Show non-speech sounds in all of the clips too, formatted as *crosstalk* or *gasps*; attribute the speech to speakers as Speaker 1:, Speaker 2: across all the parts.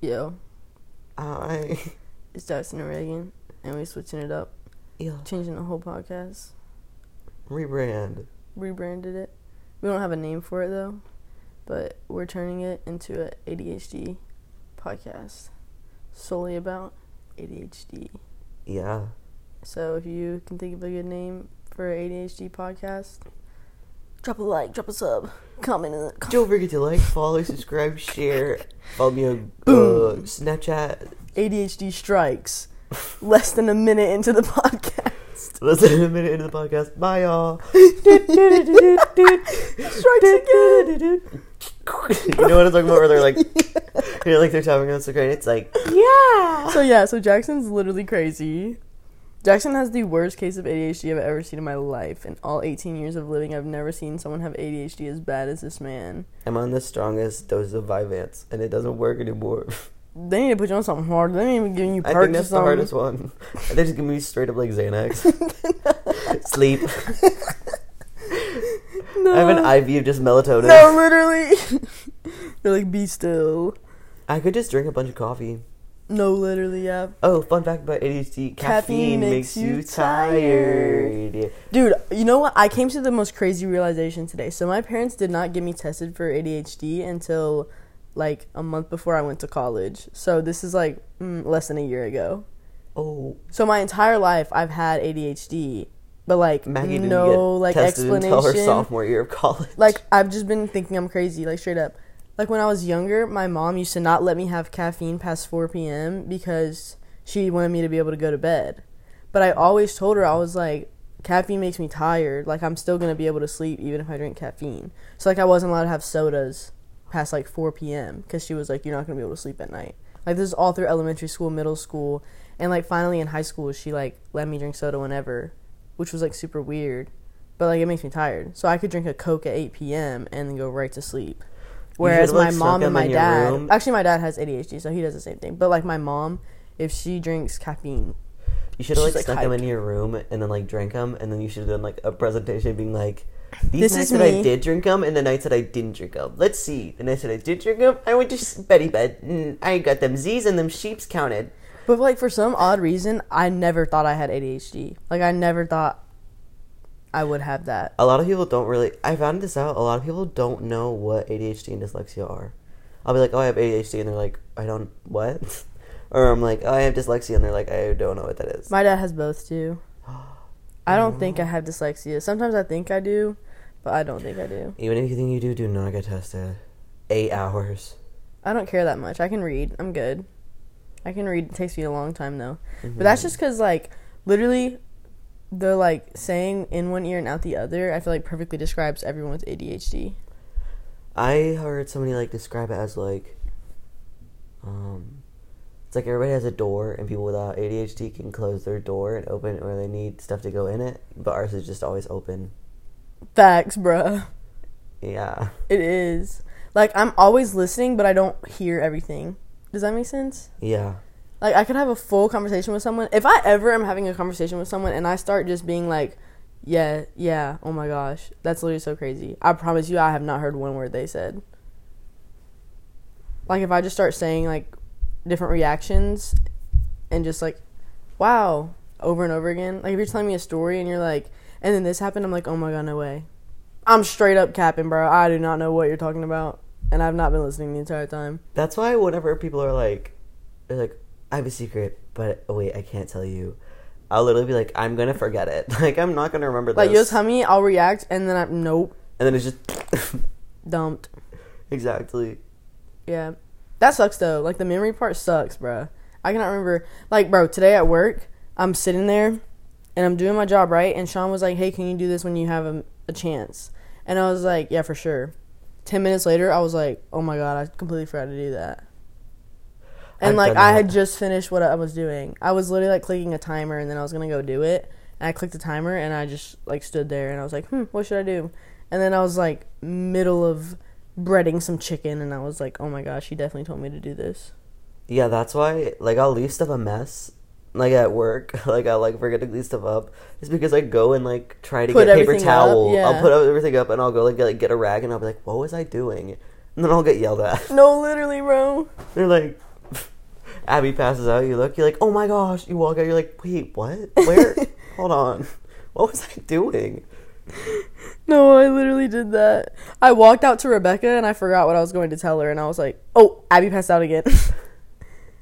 Speaker 1: Yeah,
Speaker 2: I *laughs*
Speaker 1: it's Jackson and Reagan, and we switching it up,
Speaker 2: ew,
Speaker 1: changing the whole podcast,
Speaker 2: rebrand.
Speaker 1: rebranded it. We don't have a name for it though, but we're turning it into a ADHD podcast, solely about ADHD.
Speaker 2: Yeah,
Speaker 1: So if you can think of a good name for a ADHD podcast, drop a like, drop a sub, comment in the com-
Speaker 2: don't forget to like, follow, subscribe, share. Follow me on uh,
Speaker 1: Boom.
Speaker 2: Snapchat.
Speaker 1: ADHD strikes less than a minute into the *laughs* podcast.
Speaker 2: Listen a minute into the podcast. Bye, y'all.
Speaker 1: strikes again.
Speaker 2: you know what I'm talking about? Where they're *laughs* like, you know, like they're talking on Instagram. It's like,
Speaker 1: So yeah, so Jackson's literally crazy. Jackson has the worst case of ADHD I've ever seen in my life. In all 18 years of living, I've never seen someone have ADHD as bad as this man.
Speaker 2: I'm on the strongest dose of Vyvanse, and it doesn't work anymore.
Speaker 1: They need to put you on something hard. They ain't even giving you
Speaker 2: I
Speaker 1: perks
Speaker 2: think
Speaker 1: or
Speaker 2: that's the
Speaker 1: something.
Speaker 2: hardest one. They just give me straight up like Xanax. *laughs* Sleep.
Speaker 1: No.
Speaker 2: I have an IV of just melatonin.
Speaker 1: No, literally. *laughs* They're like, be still.
Speaker 2: I could just drink a bunch of coffee.
Speaker 1: No, literally, yeah.
Speaker 2: Oh, fun fact about ADHD: caffeine,
Speaker 1: Caffeine
Speaker 2: makes, you tired.
Speaker 1: Dude, you know what? I came to the most crazy realization today. So my parents did not get me tested for ADHD until like a month before I went to college. So this is like mm, less than a year ago.
Speaker 2: Oh,
Speaker 1: So my entire life I've had ADHD, but like
Speaker 2: Maggie didn't get
Speaker 1: no like
Speaker 2: tested until her
Speaker 1: explanation.
Speaker 2: sophomore year of college.
Speaker 1: Like I've just been thinking I'm crazy, like straight up. Like when I was younger, my mom used to not let me have caffeine past 4 p.m. because she wanted me to be able to go to bed. But I always told her I was like caffeine makes me tired. Like I'm still going to be able to sleep even if I drink caffeine. So like I wasn't allowed to have sodas past like 4 p.m. cuz she was like you're not going to be able to sleep at night. Like this is all through elementary school, middle school, and like finally in high school she like let me drink soda whenever, which was like super weird but like it makes me tired. So I could drink a Coke at 8 p.m. and then go right to sleep. Whereas
Speaker 2: should've, like,
Speaker 1: my
Speaker 2: snuck
Speaker 1: mom and
Speaker 2: them
Speaker 1: my
Speaker 2: in your
Speaker 1: dad,
Speaker 2: room.
Speaker 1: actually my dad has ADHD, so he does the same thing. But like my mom, if she drinks caffeine,
Speaker 2: *laughs* You should have like
Speaker 1: She's, like,
Speaker 2: stuck them
Speaker 1: hyped.
Speaker 2: in your room and then like drank them, and then you should have done like a presentation being like, "These
Speaker 1: This
Speaker 2: nights
Speaker 1: is
Speaker 2: that I
Speaker 1: me.
Speaker 2: did drink them, and the nights that I didn't drink them. Let's see. The nights that I did drink them, I went to s- Betty bed. and I got them Z's and them sheeps counted.
Speaker 1: but like for some odd reason, I never thought I had ADHD. Like I never thought I would have that.
Speaker 2: A lot of people don't really. I found this out. A lot of people don't know what ADHD and dyslexia are. I'll be like, "Oh, I have ADHD," and they're like, "I don't what." *laughs* Or I'm like, oh, I have dyslexia, and they're like, I don't know what that is.
Speaker 1: My dad has both too. I don't think I have dyslexia. Sometimes I think I do, but I don't think I do.
Speaker 2: Even if you think you do, do not get tested. Eight hours.
Speaker 1: I don't care that much. I can read. I'm good. I can read. It takes me a long time though. But that's just because like literally the like saying in one ear and out the other. I feel like perfectly describes everyone with ADHD.
Speaker 2: I heard somebody like describe it as like, um, it's like everybody has a door, and people without ADHD can close their door and open it where they need stuff to go in it. But ours is just always open.
Speaker 1: Facts, bruh.
Speaker 2: Yeah,
Speaker 1: It is like I'm always listening, but I don't hear everything. Does that make sense?
Speaker 2: yeah.
Speaker 1: Like I could have a full conversation with someone. If I ever am having a conversation with someone and I start just being like, "Yeah, yeah, oh my gosh, that's literally so crazy." I promise you, I have not heard one word they said. Like if I just start saying like different reactions and just like, "Wow," over and over again. Like if you're telling me a story and you're like, "And then this happened," I'm like, "Oh my god, no way." I'm straight up capping, bro. I do not know what you're talking about, and I've not been listening the entire time.
Speaker 2: That's why whenever people are like, they're like, I have a secret, but oh, wait, I can't tell you. I'll literally be like, I'm gonna forget it. *laughs* Like I'm not gonna remember
Speaker 1: Like
Speaker 2: this.
Speaker 1: you'll tell me, I'll react, and then I'm nope,
Speaker 2: and then it's just *laughs*
Speaker 1: dumped.
Speaker 2: exactly.
Speaker 1: Yeah. That sucks though. Like the memory part sucks, bruh. I cannot remember like bro, today at work, I'm sitting there and I'm doing my job, right? And Sean was like, "Hey, can you do this when you have a, a chance?" And I was like, "Yeah, for sure." 10 minutes later, I was like, "Oh my god, I completely forgot to do that." And
Speaker 2: I've
Speaker 1: like
Speaker 2: done
Speaker 1: I had
Speaker 2: that.
Speaker 1: just finished what I was doing. I was literally like clicking a timer and then I was going to go do it. And I clicked the timer and I just like stood there and I was like, "Hmm, what should I do?" And then I was like middle of breading some chicken and I was like, oh my gosh, she definitely told me to do this.
Speaker 2: Yeah, that's why like I'll leave stuff a mess. Like at work, *laughs* like I like forget to leave stuff up. It's because I go and like try to
Speaker 1: Put
Speaker 2: get paper
Speaker 1: everything up,
Speaker 2: towel. I'll
Speaker 1: yeah.
Speaker 2: put everything up and I'll go like get, like, get a rag and I'll be like, "What was I doing?" And then I'll get yelled at. *laughs*
Speaker 1: No, literally, bro.
Speaker 2: They're like, *laughs* Abby passes out. You look. You're like, oh my gosh. You walk out. You're like, wait, what?
Speaker 1: *laughs*
Speaker 2: Where? Hold on. What was I doing?
Speaker 1: No, I literally did that. I walked out to Rebecca and I forgot what I was going to tell her, and I was like, "Oh, Abby passed out again."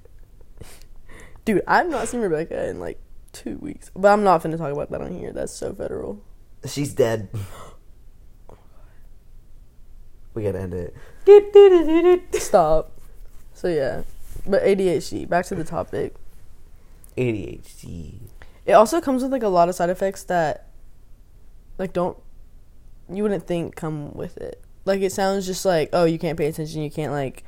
Speaker 1: *laughs* Dude, I've not seen Rebecca in like two weeks, but I'm not finna talk about that on here. That's so *laughs* federal.
Speaker 2: She's dead. *gasps* We gotta end it.
Speaker 1: Stop. So yeah, but ADHD. Back to the topic.
Speaker 2: ADHD.
Speaker 1: It also comes with like a lot of side effects that, like, don't you wouldn't think come with it. Like it sounds just like oh you can't pay attention, you can't like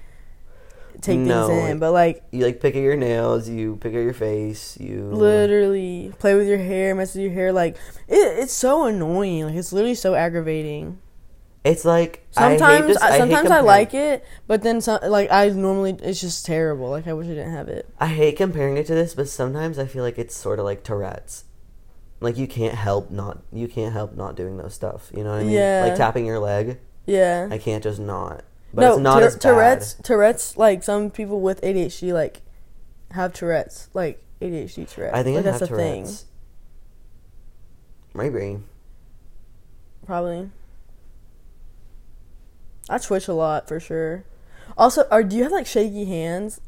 Speaker 1: take
Speaker 2: No,
Speaker 1: things in,
Speaker 2: like-
Speaker 1: but like
Speaker 2: You like pick at your nails. You pick at your face. You
Speaker 1: literally play with your hair, mess with your hair. Like it, it's so annoying. Like it's literally so aggravating.
Speaker 2: It's like
Speaker 1: Sometimes, I
Speaker 2: this- hate
Speaker 1: sometimes I
Speaker 2: comparing-
Speaker 1: like it, but then some, like I normally it's just terrible. Like I wish I didn't have it.
Speaker 2: I hate comparing it to this, but sometimes I feel like it's sort of like Tourette's. Like you can't help not you can't help not doing those stuff. You know what I mean?
Speaker 1: Yeah.
Speaker 2: Like tapping your leg,
Speaker 1: Yeah.
Speaker 2: I can't just not. But
Speaker 1: no,
Speaker 2: it's not
Speaker 1: Tour-
Speaker 2: as bad.
Speaker 1: Tourette's. Tourette's. Like some people with ADHD like have Tourette's. Like ADHD Tourette's.
Speaker 2: I think
Speaker 1: like,
Speaker 2: I
Speaker 1: that's
Speaker 2: have
Speaker 1: a thing.
Speaker 2: Tourette's. Maybe.
Speaker 1: Probably. I twitch a lot for sure. Also, are do you have like shaky hands?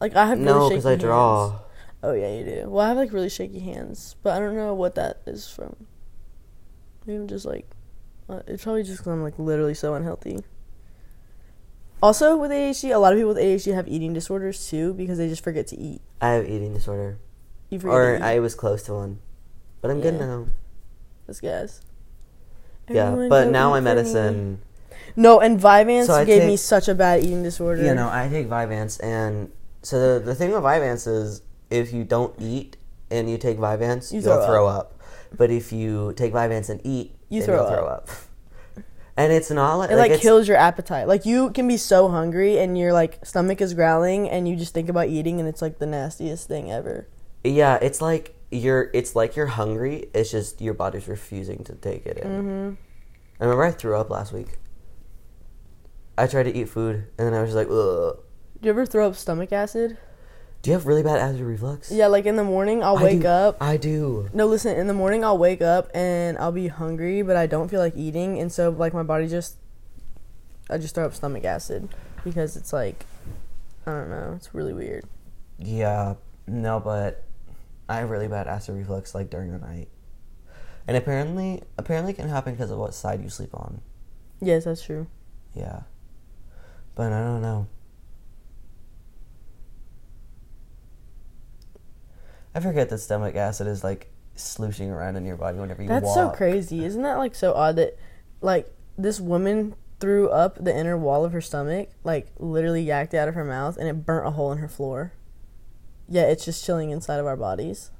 Speaker 1: Like I have
Speaker 2: No,
Speaker 1: really
Speaker 2: because
Speaker 1: shaky
Speaker 2: I draw.
Speaker 1: hands. Oh yeah, you do. Well, I have like really shaky hands, but I don't know what that is from. Maybe I'm just like, uh, it's probably just because I'm like literally so unhealthy. Also, with ADHD, a lot of people with ADHD have eating disorders too because they just forget to eat.
Speaker 2: I have eating disorder,
Speaker 1: You forget
Speaker 2: or
Speaker 1: to eat.
Speaker 2: I was close to one, but I'm good
Speaker 1: Yeah.
Speaker 2: now.
Speaker 1: Let's guess.
Speaker 2: yeah,
Speaker 1: Everyone
Speaker 2: but
Speaker 1: go eat
Speaker 2: now my
Speaker 1: for me.
Speaker 2: medicine.
Speaker 1: No, and Vyvanse
Speaker 2: So I
Speaker 1: gave me
Speaker 2: take-
Speaker 1: such a bad eating disorder.
Speaker 2: You know, I take Vyvanse, and so the, the thing with Vyvanse is if you don't eat and you take Vyvanse,
Speaker 1: You
Speaker 2: you will
Speaker 1: throw
Speaker 2: throw up. But if you take Vyvanse and eat,
Speaker 1: You
Speaker 2: then
Speaker 1: throw
Speaker 2: you'll throw up. And it's not like,
Speaker 1: It like,
Speaker 2: it's,
Speaker 1: kills your appetite. Like you can be so hungry and your like stomach is growling and you just think about eating and it's like the nastiest thing ever.
Speaker 2: Yeah, it's like you're it's like you're hungry. It's just your body's refusing to take it in.
Speaker 1: Mm-hmm.
Speaker 2: I remember I threw up last week. I tried to eat food, and then I was just like, Ugh.
Speaker 1: Do you ever throw up stomach acid?
Speaker 2: "Do you have really bad acid reflux?"
Speaker 1: Yeah, like in the morning I'll
Speaker 2: I
Speaker 1: wake
Speaker 2: do-
Speaker 1: up.
Speaker 2: I do.
Speaker 1: No, listen, in the morning I'll wake up and I'll be hungry, but I don't feel like eating and so like my body just I just throw up stomach acid because it's like I don't know, it's really weird.
Speaker 2: Yeah, no, but I have really bad acid reflux like during the night, and apparently, apparently, it can happen because of what side you sleep on.
Speaker 1: Yes, that's true.
Speaker 2: Yeah, but I don't know. I forget that stomach acid is like slooshing around in your body whenever you
Speaker 1: That's
Speaker 2: walk.
Speaker 1: so crazy. Isn't that like so odd that like this woman threw up the inner wall of her stomach, like literally yacked out of her mouth and it burnt a hole in her floor. Yeah, it's just chilling inside of our bodies.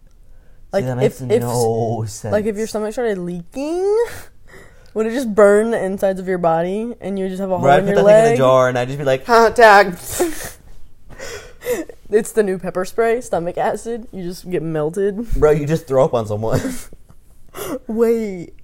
Speaker 2: See, that makes no sense.
Speaker 1: like if your stomach started leaking, *laughs* would it just burn the insides of your body and you would just have a hole
Speaker 2: Or I'd
Speaker 1: in
Speaker 2: put
Speaker 1: your
Speaker 2: that
Speaker 1: leg?
Speaker 2: thing in a jar and I'd just be like, hot dog.
Speaker 1: *laughs* It's the new pepper spray, stomach acid. You just get melted.
Speaker 2: *laughs*
Speaker 1: *laughs*
Speaker 2: Bro, you just throw up on someone. *laughs*
Speaker 1: Wait.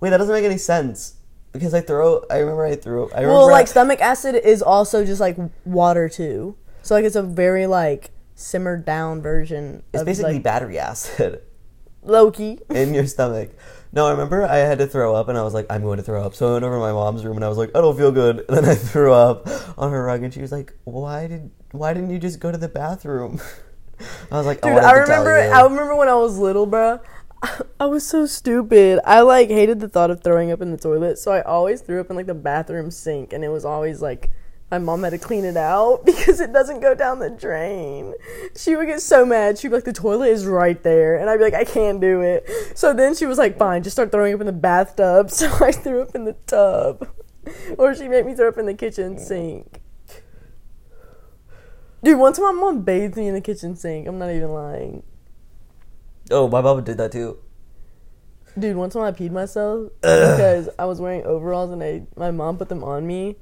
Speaker 2: Wait, that doesn't make any sense. Because I throw, I remember I threw. I remember
Speaker 1: Well, like
Speaker 2: I-
Speaker 1: stomach acid is also just like water too. So like it's a very like simmered down version.
Speaker 2: It's
Speaker 1: of,
Speaker 2: basically
Speaker 1: like,
Speaker 2: battery acid *laughs*
Speaker 1: *laughs* Loki.
Speaker 2: in your stomach. No, I remember I had to throw up and I was like, I'm going to throw up. So I went over to my mom's room and I was like, I don't feel good. *laughs* And then I threw up on her rug and she was like, Why did why didn't you just go to the bathroom? *laughs* I was like,
Speaker 1: Dude,
Speaker 2: I, wanted
Speaker 1: I
Speaker 2: to tell
Speaker 1: remember.
Speaker 2: you.
Speaker 1: I remember when I was little, bruh. *laughs* I was so stupid. I like hated the thought of throwing up in the toilet, so I always threw up in like the bathroom sink, and it was always like my mom had to clean it out *laughs* because it doesn't go down the drain. She would get so mad. She'd be like, "The toilet is right there," and I'd be like, "I can't do it." So then she was like, "Fine, just start throwing up in the bathtub." *laughs* So I threw up in the tub, or she made me throw up in the kitchen sink. Dude, once my mom bathed me in the kitchen sink. I'm not even lying.
Speaker 2: oh, my mom did that too.
Speaker 1: Dude, once time I peed myself because I was wearing overalls and I my mom put them on me,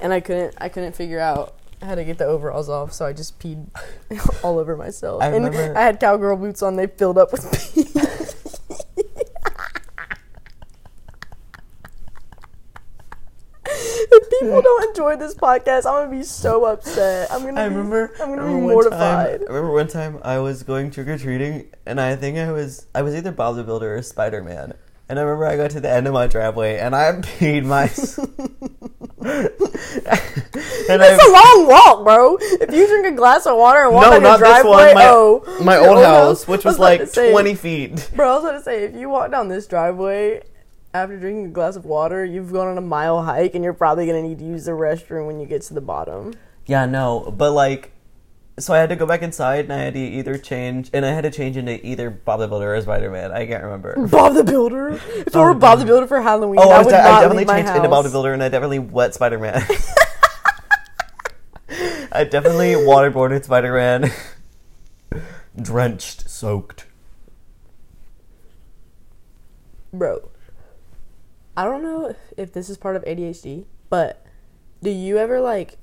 Speaker 1: and I couldn't I couldn't figure out how to get the overalls off, so I just
Speaker 2: *laughs*
Speaker 1: peed all over myself.
Speaker 2: I
Speaker 1: and
Speaker 2: remember-
Speaker 1: I had cowgirl boots on; they filled up with pee. *laughs* People don't don't enjoy this podcast, I'm gonna be so upset. I'm gonna.
Speaker 2: I
Speaker 1: be,
Speaker 2: remember.
Speaker 1: I'm gonna
Speaker 2: remember
Speaker 1: be
Speaker 2: one
Speaker 1: mortified.
Speaker 2: Time, I remember one time I was going trick or treating, and I think I was I was either Bob the Builder or Spider Man. And I remember I got to the end of my driveway, and I peed
Speaker 1: *laughs*
Speaker 2: *laughs* myself. and
Speaker 1: It's a long walk, bro. If you drink a glass of water and walk
Speaker 2: no,
Speaker 1: down your
Speaker 2: not this
Speaker 1: driveway,
Speaker 2: one. My,
Speaker 1: oh, *laughs*
Speaker 2: my
Speaker 1: your
Speaker 2: old house, which
Speaker 1: I
Speaker 2: was
Speaker 1: about
Speaker 2: like
Speaker 1: to say,
Speaker 2: twenty feet.
Speaker 1: Bro, I was gonna say if you walk down this driveway after drinking a glass of water, you've gone on a mile hike, and you're probably gonna need to use the restroom when you get to the
Speaker 2: *laughs*
Speaker 1: bottom.
Speaker 2: Yeah, no, but like, so I had to go back inside, and I had to either change, and I had to change into either Bob the Builder or Spider Man. I can't remember.
Speaker 1: Bob the Builder. If I were Bob the Builder for Halloween,
Speaker 2: Oh,
Speaker 1: I,
Speaker 2: I,
Speaker 1: would
Speaker 2: de-
Speaker 1: not
Speaker 2: I definitely
Speaker 1: leave my
Speaker 2: changed
Speaker 1: house.
Speaker 2: into bodybuilder, and I definitely wet Spider Man. *laughs* I definitely waterboarded Spider Man, *laughs* drenched, soaked.
Speaker 1: Bro, I don't know if this is part of ADHD, but do you ever like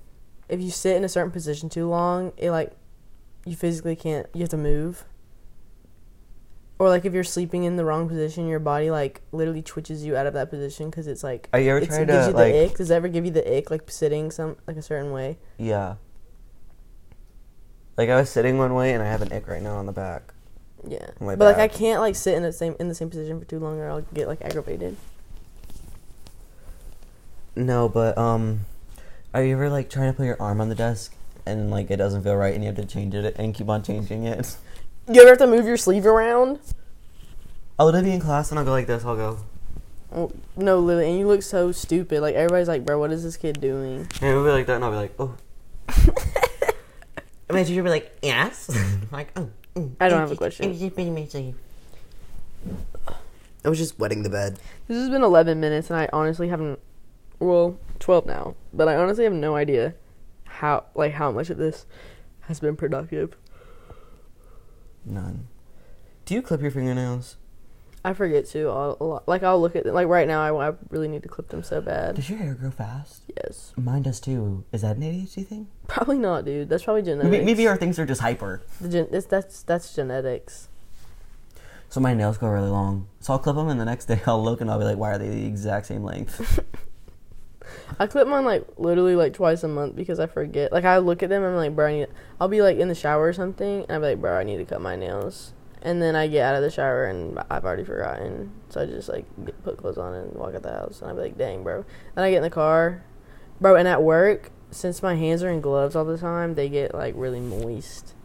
Speaker 1: if you sit in a certain position too long, it like you physically can't you have to move? Or like if you're sleeping in the wrong position, your body like literally twitches you out of that position because it's like
Speaker 2: Are you ever
Speaker 1: it's,
Speaker 2: trying
Speaker 1: it gives
Speaker 2: to
Speaker 1: you the
Speaker 2: like?
Speaker 1: ick. Does it ever give you the ick like sitting some like a certain way?
Speaker 2: Yeah. Like I was sitting one way, and I have an ick right now on the back.
Speaker 1: Yeah,
Speaker 2: My
Speaker 1: but like I
Speaker 2: back.
Speaker 1: can't like sit in the same in the same position for too long, or I'll get like aggravated.
Speaker 2: No, but um, are you ever like trying to put your arm on the desk and like it doesn't feel right, and you have to change it and keep on changing it?
Speaker 1: You ever have to move your sleeve around?
Speaker 2: I'll literally be in class, and I'll go like this. I'll go.
Speaker 1: Oh, No, literally, and you look so stupid. Like everybody's like, "Bro, what is this kid doing?"
Speaker 2: And it'll be like that, and I'll be like, oh. *laughs* and my teacher will be like, *laughs* yes. I'm like, oh. mm,
Speaker 1: I don't have
Speaker 2: mm,
Speaker 1: a question.
Speaker 2: mm, mm, mm, mm, mm. I was just wetting the bed.
Speaker 1: This has been 11 minutes, and I honestly haven't. Well, 12 now, but I honestly have no idea how like how much of this has been productive.
Speaker 2: None. Do you clip your fingernails?
Speaker 1: I forget to a lot. Like I'll look at them. Like right now, I, I really need to clip them so bad.
Speaker 2: Does your hair grow fast?
Speaker 1: Yes,
Speaker 2: Mine does too. Is that an ADHD thing?
Speaker 1: probably not, dude. That's probably genetics.
Speaker 2: Maybe, maybe our things are just hyper.
Speaker 1: The gen- it's, that's that's genetics.
Speaker 2: So my nails go really long. So I'll clip them, and the next day I'll look and I'll be like, why are they the exact
Speaker 1: *laughs*
Speaker 2: same length?
Speaker 1: I clip mine like literally like twice a month because I forget. Like I look at them, and I'm like, bro, I need. I'll be like in the shower or something, and I'll be like, bro, I need to cut my nails. And then I get out of the shower and I've already forgotten, so I just like get, put clothes on and walk out the house, and i will be like, dang, bro. Then I get in the car, bro, and at work, since my hands are in gloves all the time, they get like really moist,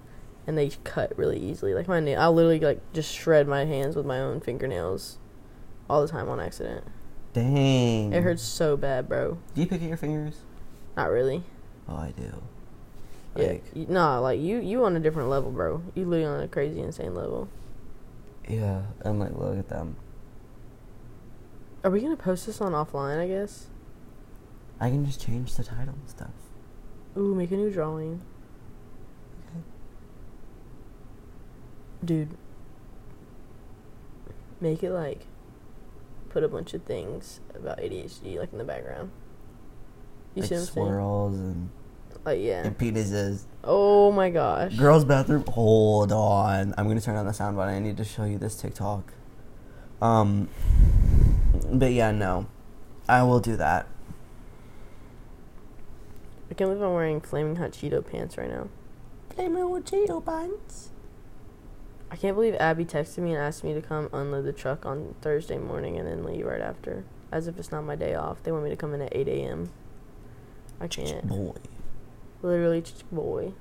Speaker 1: and they cut really easily. Like my nail, I literally like just shred my hands with my own fingernails, all the time on accident.
Speaker 2: Dang.
Speaker 1: It hurts so bad, bro.
Speaker 2: Do you pick at your fingers?
Speaker 1: Not really.
Speaker 2: Oh, I do.
Speaker 1: Yeah.
Speaker 2: Like,
Speaker 1: you- Nah, like you you on a different level, bro. You literally on a crazy insane level.
Speaker 2: yeah. I'm like, look at them.
Speaker 1: Are we gonna post this on offline, I guess?
Speaker 2: I can just change the title and stuff.
Speaker 1: Ooh, make a new drawing. Dude. Make it like put a bunch of things about ADHD like in the background. You
Speaker 2: like
Speaker 1: see what I'm saying?
Speaker 2: swirls and,
Speaker 1: Like yeah.
Speaker 2: and penises.
Speaker 1: Oh my gosh.
Speaker 2: Girls' bathroom. Hold on. I'm gonna turn on the sound button. I need to show you this TikTok. Um. But yeah, no. I will do that.
Speaker 1: I can't believe I'm wearing flaming hot Cheeto pants right now.
Speaker 2: Play me with Cheeto buns.
Speaker 1: I can't believe Abby texted me and asked me to come unload the truck on Thursday morning and then leave right after. As if it's not my day off. They want me to come in at 8 a.m. I can't.
Speaker 2: Boy.
Speaker 1: Literally, just boy.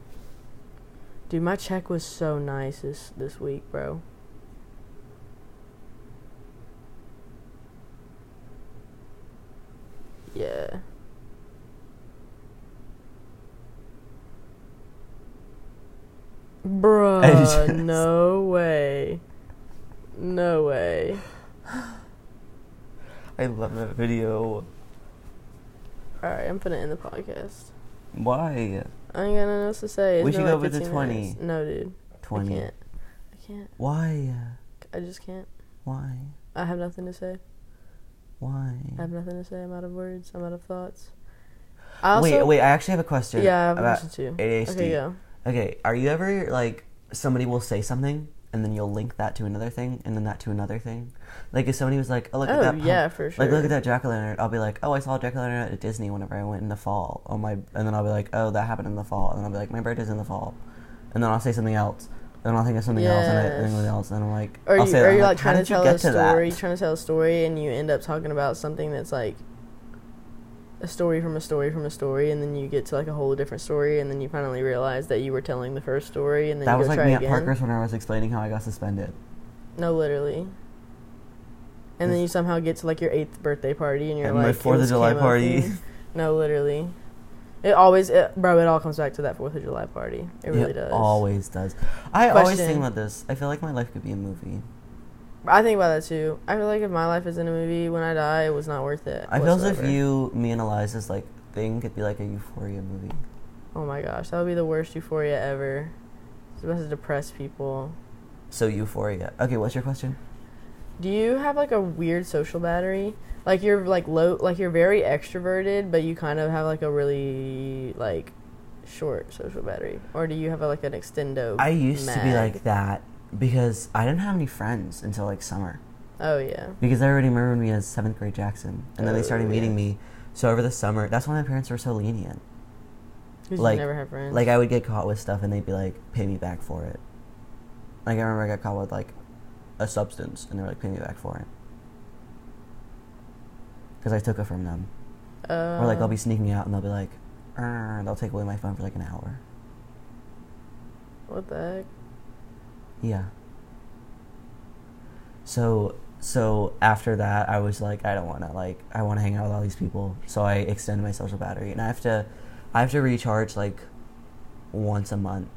Speaker 1: Dude, my check was so nice this, this week, bro. Yeah. Bruh,
Speaker 2: *laughs* just-
Speaker 1: no way. No way.
Speaker 2: I love that video.
Speaker 1: Alright, I'm finna end the podcast.
Speaker 2: Why?
Speaker 1: I ain't got nothing else to say. It's
Speaker 2: We
Speaker 1: been
Speaker 2: should go
Speaker 1: like
Speaker 2: with the
Speaker 1: 15 minutes.
Speaker 2: 20.
Speaker 1: No, dude. I
Speaker 2: Twenty.
Speaker 1: can't. I can't.
Speaker 2: Why?
Speaker 1: I just can't.
Speaker 2: Why?
Speaker 1: I have nothing to say.
Speaker 2: Why?
Speaker 1: I have nothing to say. I'm out of words. I'm out of thoughts. I
Speaker 2: wait, wait. I actually have a question.
Speaker 1: Yeah, I have a
Speaker 2: about
Speaker 1: question too.
Speaker 2: ADHD.
Speaker 1: Okay, go.
Speaker 2: Okay, are you ever like somebody will say something and then you'll link that to another thing, and then that to another thing. Like if somebody was like, "Oh, look
Speaker 1: Oh,
Speaker 2: at that!" pump-
Speaker 1: yeah, for
Speaker 2: Like look
Speaker 1: sure.
Speaker 2: at that jack o' lantern. I'll be like, "Oh, I saw a jack o' lantern at Disney whenever I went in the fall." Oh my! And then I'll be like, "Oh, that happened in the fall." And then I'll be like, "My birthday's in the fall," and then I'll say something else. Then I'll think of something else, and I think of something
Speaker 1: Yes.
Speaker 2: else, and I'm like,
Speaker 1: Or
Speaker 2: I'll
Speaker 1: you,
Speaker 2: say
Speaker 1: or
Speaker 2: that. I'm
Speaker 1: you're like
Speaker 2: like, "How
Speaker 1: trying to
Speaker 2: did you
Speaker 1: tell
Speaker 2: get
Speaker 1: a
Speaker 2: to that?"
Speaker 1: story, trying to tell a story, and you end up talking about something that's like a story from a story from a story, and then you get to like a whole different story, and then you finally realize that you were telling the first story, and then
Speaker 2: That
Speaker 1: you
Speaker 2: was
Speaker 1: go
Speaker 2: like
Speaker 1: try
Speaker 2: me at
Speaker 1: again.
Speaker 2: Parker's when I was explaining how I got suspended.
Speaker 1: No, literally. And then
Speaker 2: This-
Speaker 1: you somehow get to like your eighth birthday party, and you're
Speaker 2: At
Speaker 1: like
Speaker 2: my
Speaker 1: it
Speaker 2: Fourth of
Speaker 1: was
Speaker 2: July
Speaker 1: camo
Speaker 2: party.
Speaker 1: theme. *laughs* No, literally. It always, it, bro. It all comes back to that Fourth of July party. It really does.
Speaker 2: always does. I always think
Speaker 1: Question.
Speaker 2: about this. I feel like my life could be a movie.
Speaker 1: I think about that too. I feel like if my life is in a movie, when I die, it was not worth it.
Speaker 2: I feel as if
Speaker 1: whatsoever.
Speaker 2: you, me, and Eliza's like thing could be like a Euphoria movie.
Speaker 1: Oh my gosh, that would be the worst euphoria ever. It's supposed to depress people.
Speaker 2: So Euphoria. Okay, what's your question?
Speaker 1: Do you have like a weird social battery? Like you're like low, like you're very extroverted, but you kind of have like a really like short social battery, or do you have like an extendo?
Speaker 2: I used to be
Speaker 1: mag?
Speaker 2: like that because I didn't have any friends until like summer.
Speaker 1: Oh yeah.
Speaker 2: Because everybody remembered me as seventh grade Jackson, and then they
Speaker 1: Oh,
Speaker 2: started
Speaker 1: yeah.
Speaker 2: meeting me. So over the summer, that's why my parents were so lenient.
Speaker 1: Because
Speaker 2: Like-
Speaker 1: you never have friends.
Speaker 2: Like I would get caught with stuff, and they'd be like, "Pay me back for it." Like I remember I got caught with like a substance, and they were like, "Pay me back for it," because I took it from them.
Speaker 1: uh,
Speaker 2: or like I'll be sneaking out, and they'll be like, "Er," "They'll take away my phone for like an hour."
Speaker 1: What the heck?
Speaker 2: Yeah. So so after that, I was like, I don't want to like I want to hang out with all these people, so I extend my social battery, and I have to I have to recharge like once a month.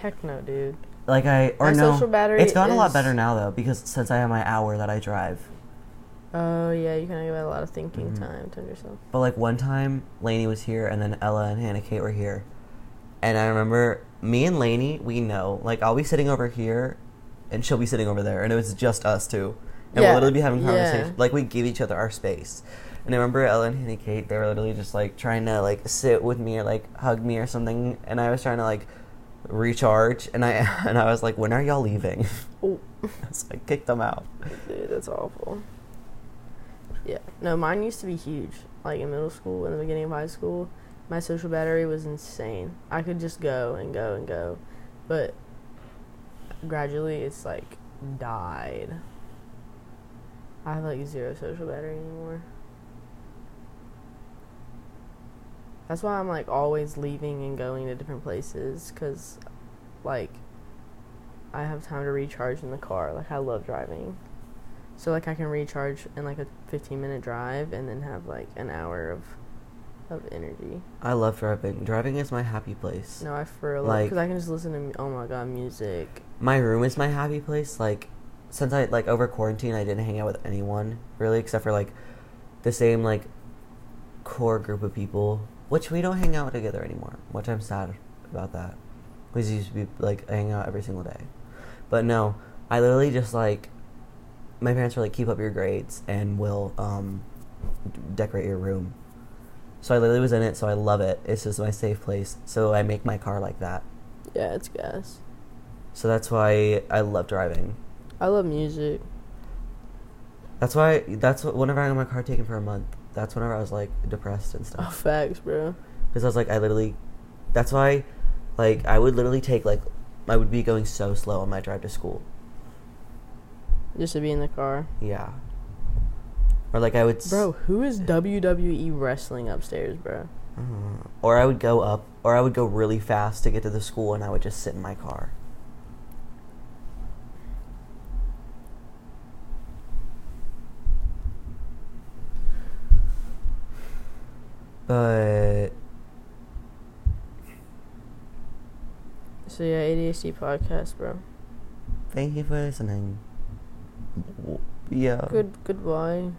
Speaker 1: Heck no, dude.
Speaker 2: Like I or
Speaker 1: My
Speaker 2: no,
Speaker 1: social battery
Speaker 2: it's gotten a lot
Speaker 1: is-
Speaker 2: better now though because since I have my hour that I drive.
Speaker 1: Oh yeah, you kind of have a lot of thinking
Speaker 2: Mhm.
Speaker 1: time to yourself.
Speaker 2: But like one time, Lainey was here, and then Ella and Hannah Kate were here, and I remember me and Lainey. We know, like I'll be sitting over here, and she'll be sitting over there, and it was just us two, and
Speaker 1: Yeah,
Speaker 2: we'll literally be having
Speaker 1: yeah.
Speaker 2: conversation. Like we give each other our space. And I remember Ella and Hannah Kate. They were literally just like trying to like sit with me or like hug me or something, and I was trying to like recharge. And I *laughs* and I was like, when are y'all leaving?
Speaker 1: Oh.
Speaker 2: *laughs* so I kicked them out.
Speaker 1: Dude, that's awful. Yeah. No, mine used to be huge. Like in middle school, in the beginning of high school, my social battery was insane. I could just go and go and go. But gradually it's like died. I have like zero social battery anymore. That's why I'm like always leaving and going to different places cuz like I have time to recharge in the car. Like I love driving. So like I can recharge in like a 15 minute drive and then have like an hour of of energy.
Speaker 2: I love driving. Driving is my happy place.
Speaker 1: No, I for real
Speaker 2: Like-
Speaker 1: because I can just listen to mu- oh my god music.
Speaker 2: my room is my happy place. Like, since I like over quarantine, I didn't hang out with anyone really, except for like the same like core group of people, which we don't hang out together anymore. Which I'm sad about that. We used to be like hang out every single day, but no, I literally just like my parents were like, keep up your grades and we'll um, d- decorate your room. So I literally was in it, so I love it. It's just my safe place. So I make my car like that.
Speaker 1: Yeah, it's gas.
Speaker 2: So that's why I love driving.
Speaker 1: I love music.
Speaker 2: That's why. That's what, whenever I got my car taken for a month. That's whenever I was like depressed and
Speaker 1: Oh,
Speaker 2: stuff.
Speaker 1: *laughs* facts, bro.
Speaker 2: Because I was like, I literally. That's why, like, I would literally take like, I would be going so slow on my drive to school.
Speaker 1: Just to be in the car.
Speaker 2: Yeah. Or like I would. s-
Speaker 1: Bro, who is WWE wrestling upstairs, bro?
Speaker 2: Uh, or I would go up, or I would go really fast to get to the school, and I would just sit in my car. But
Speaker 1: So yeah, ADHD podcast, bro.
Speaker 2: thank you for listening. W- Yeah.
Speaker 1: Good goodbye.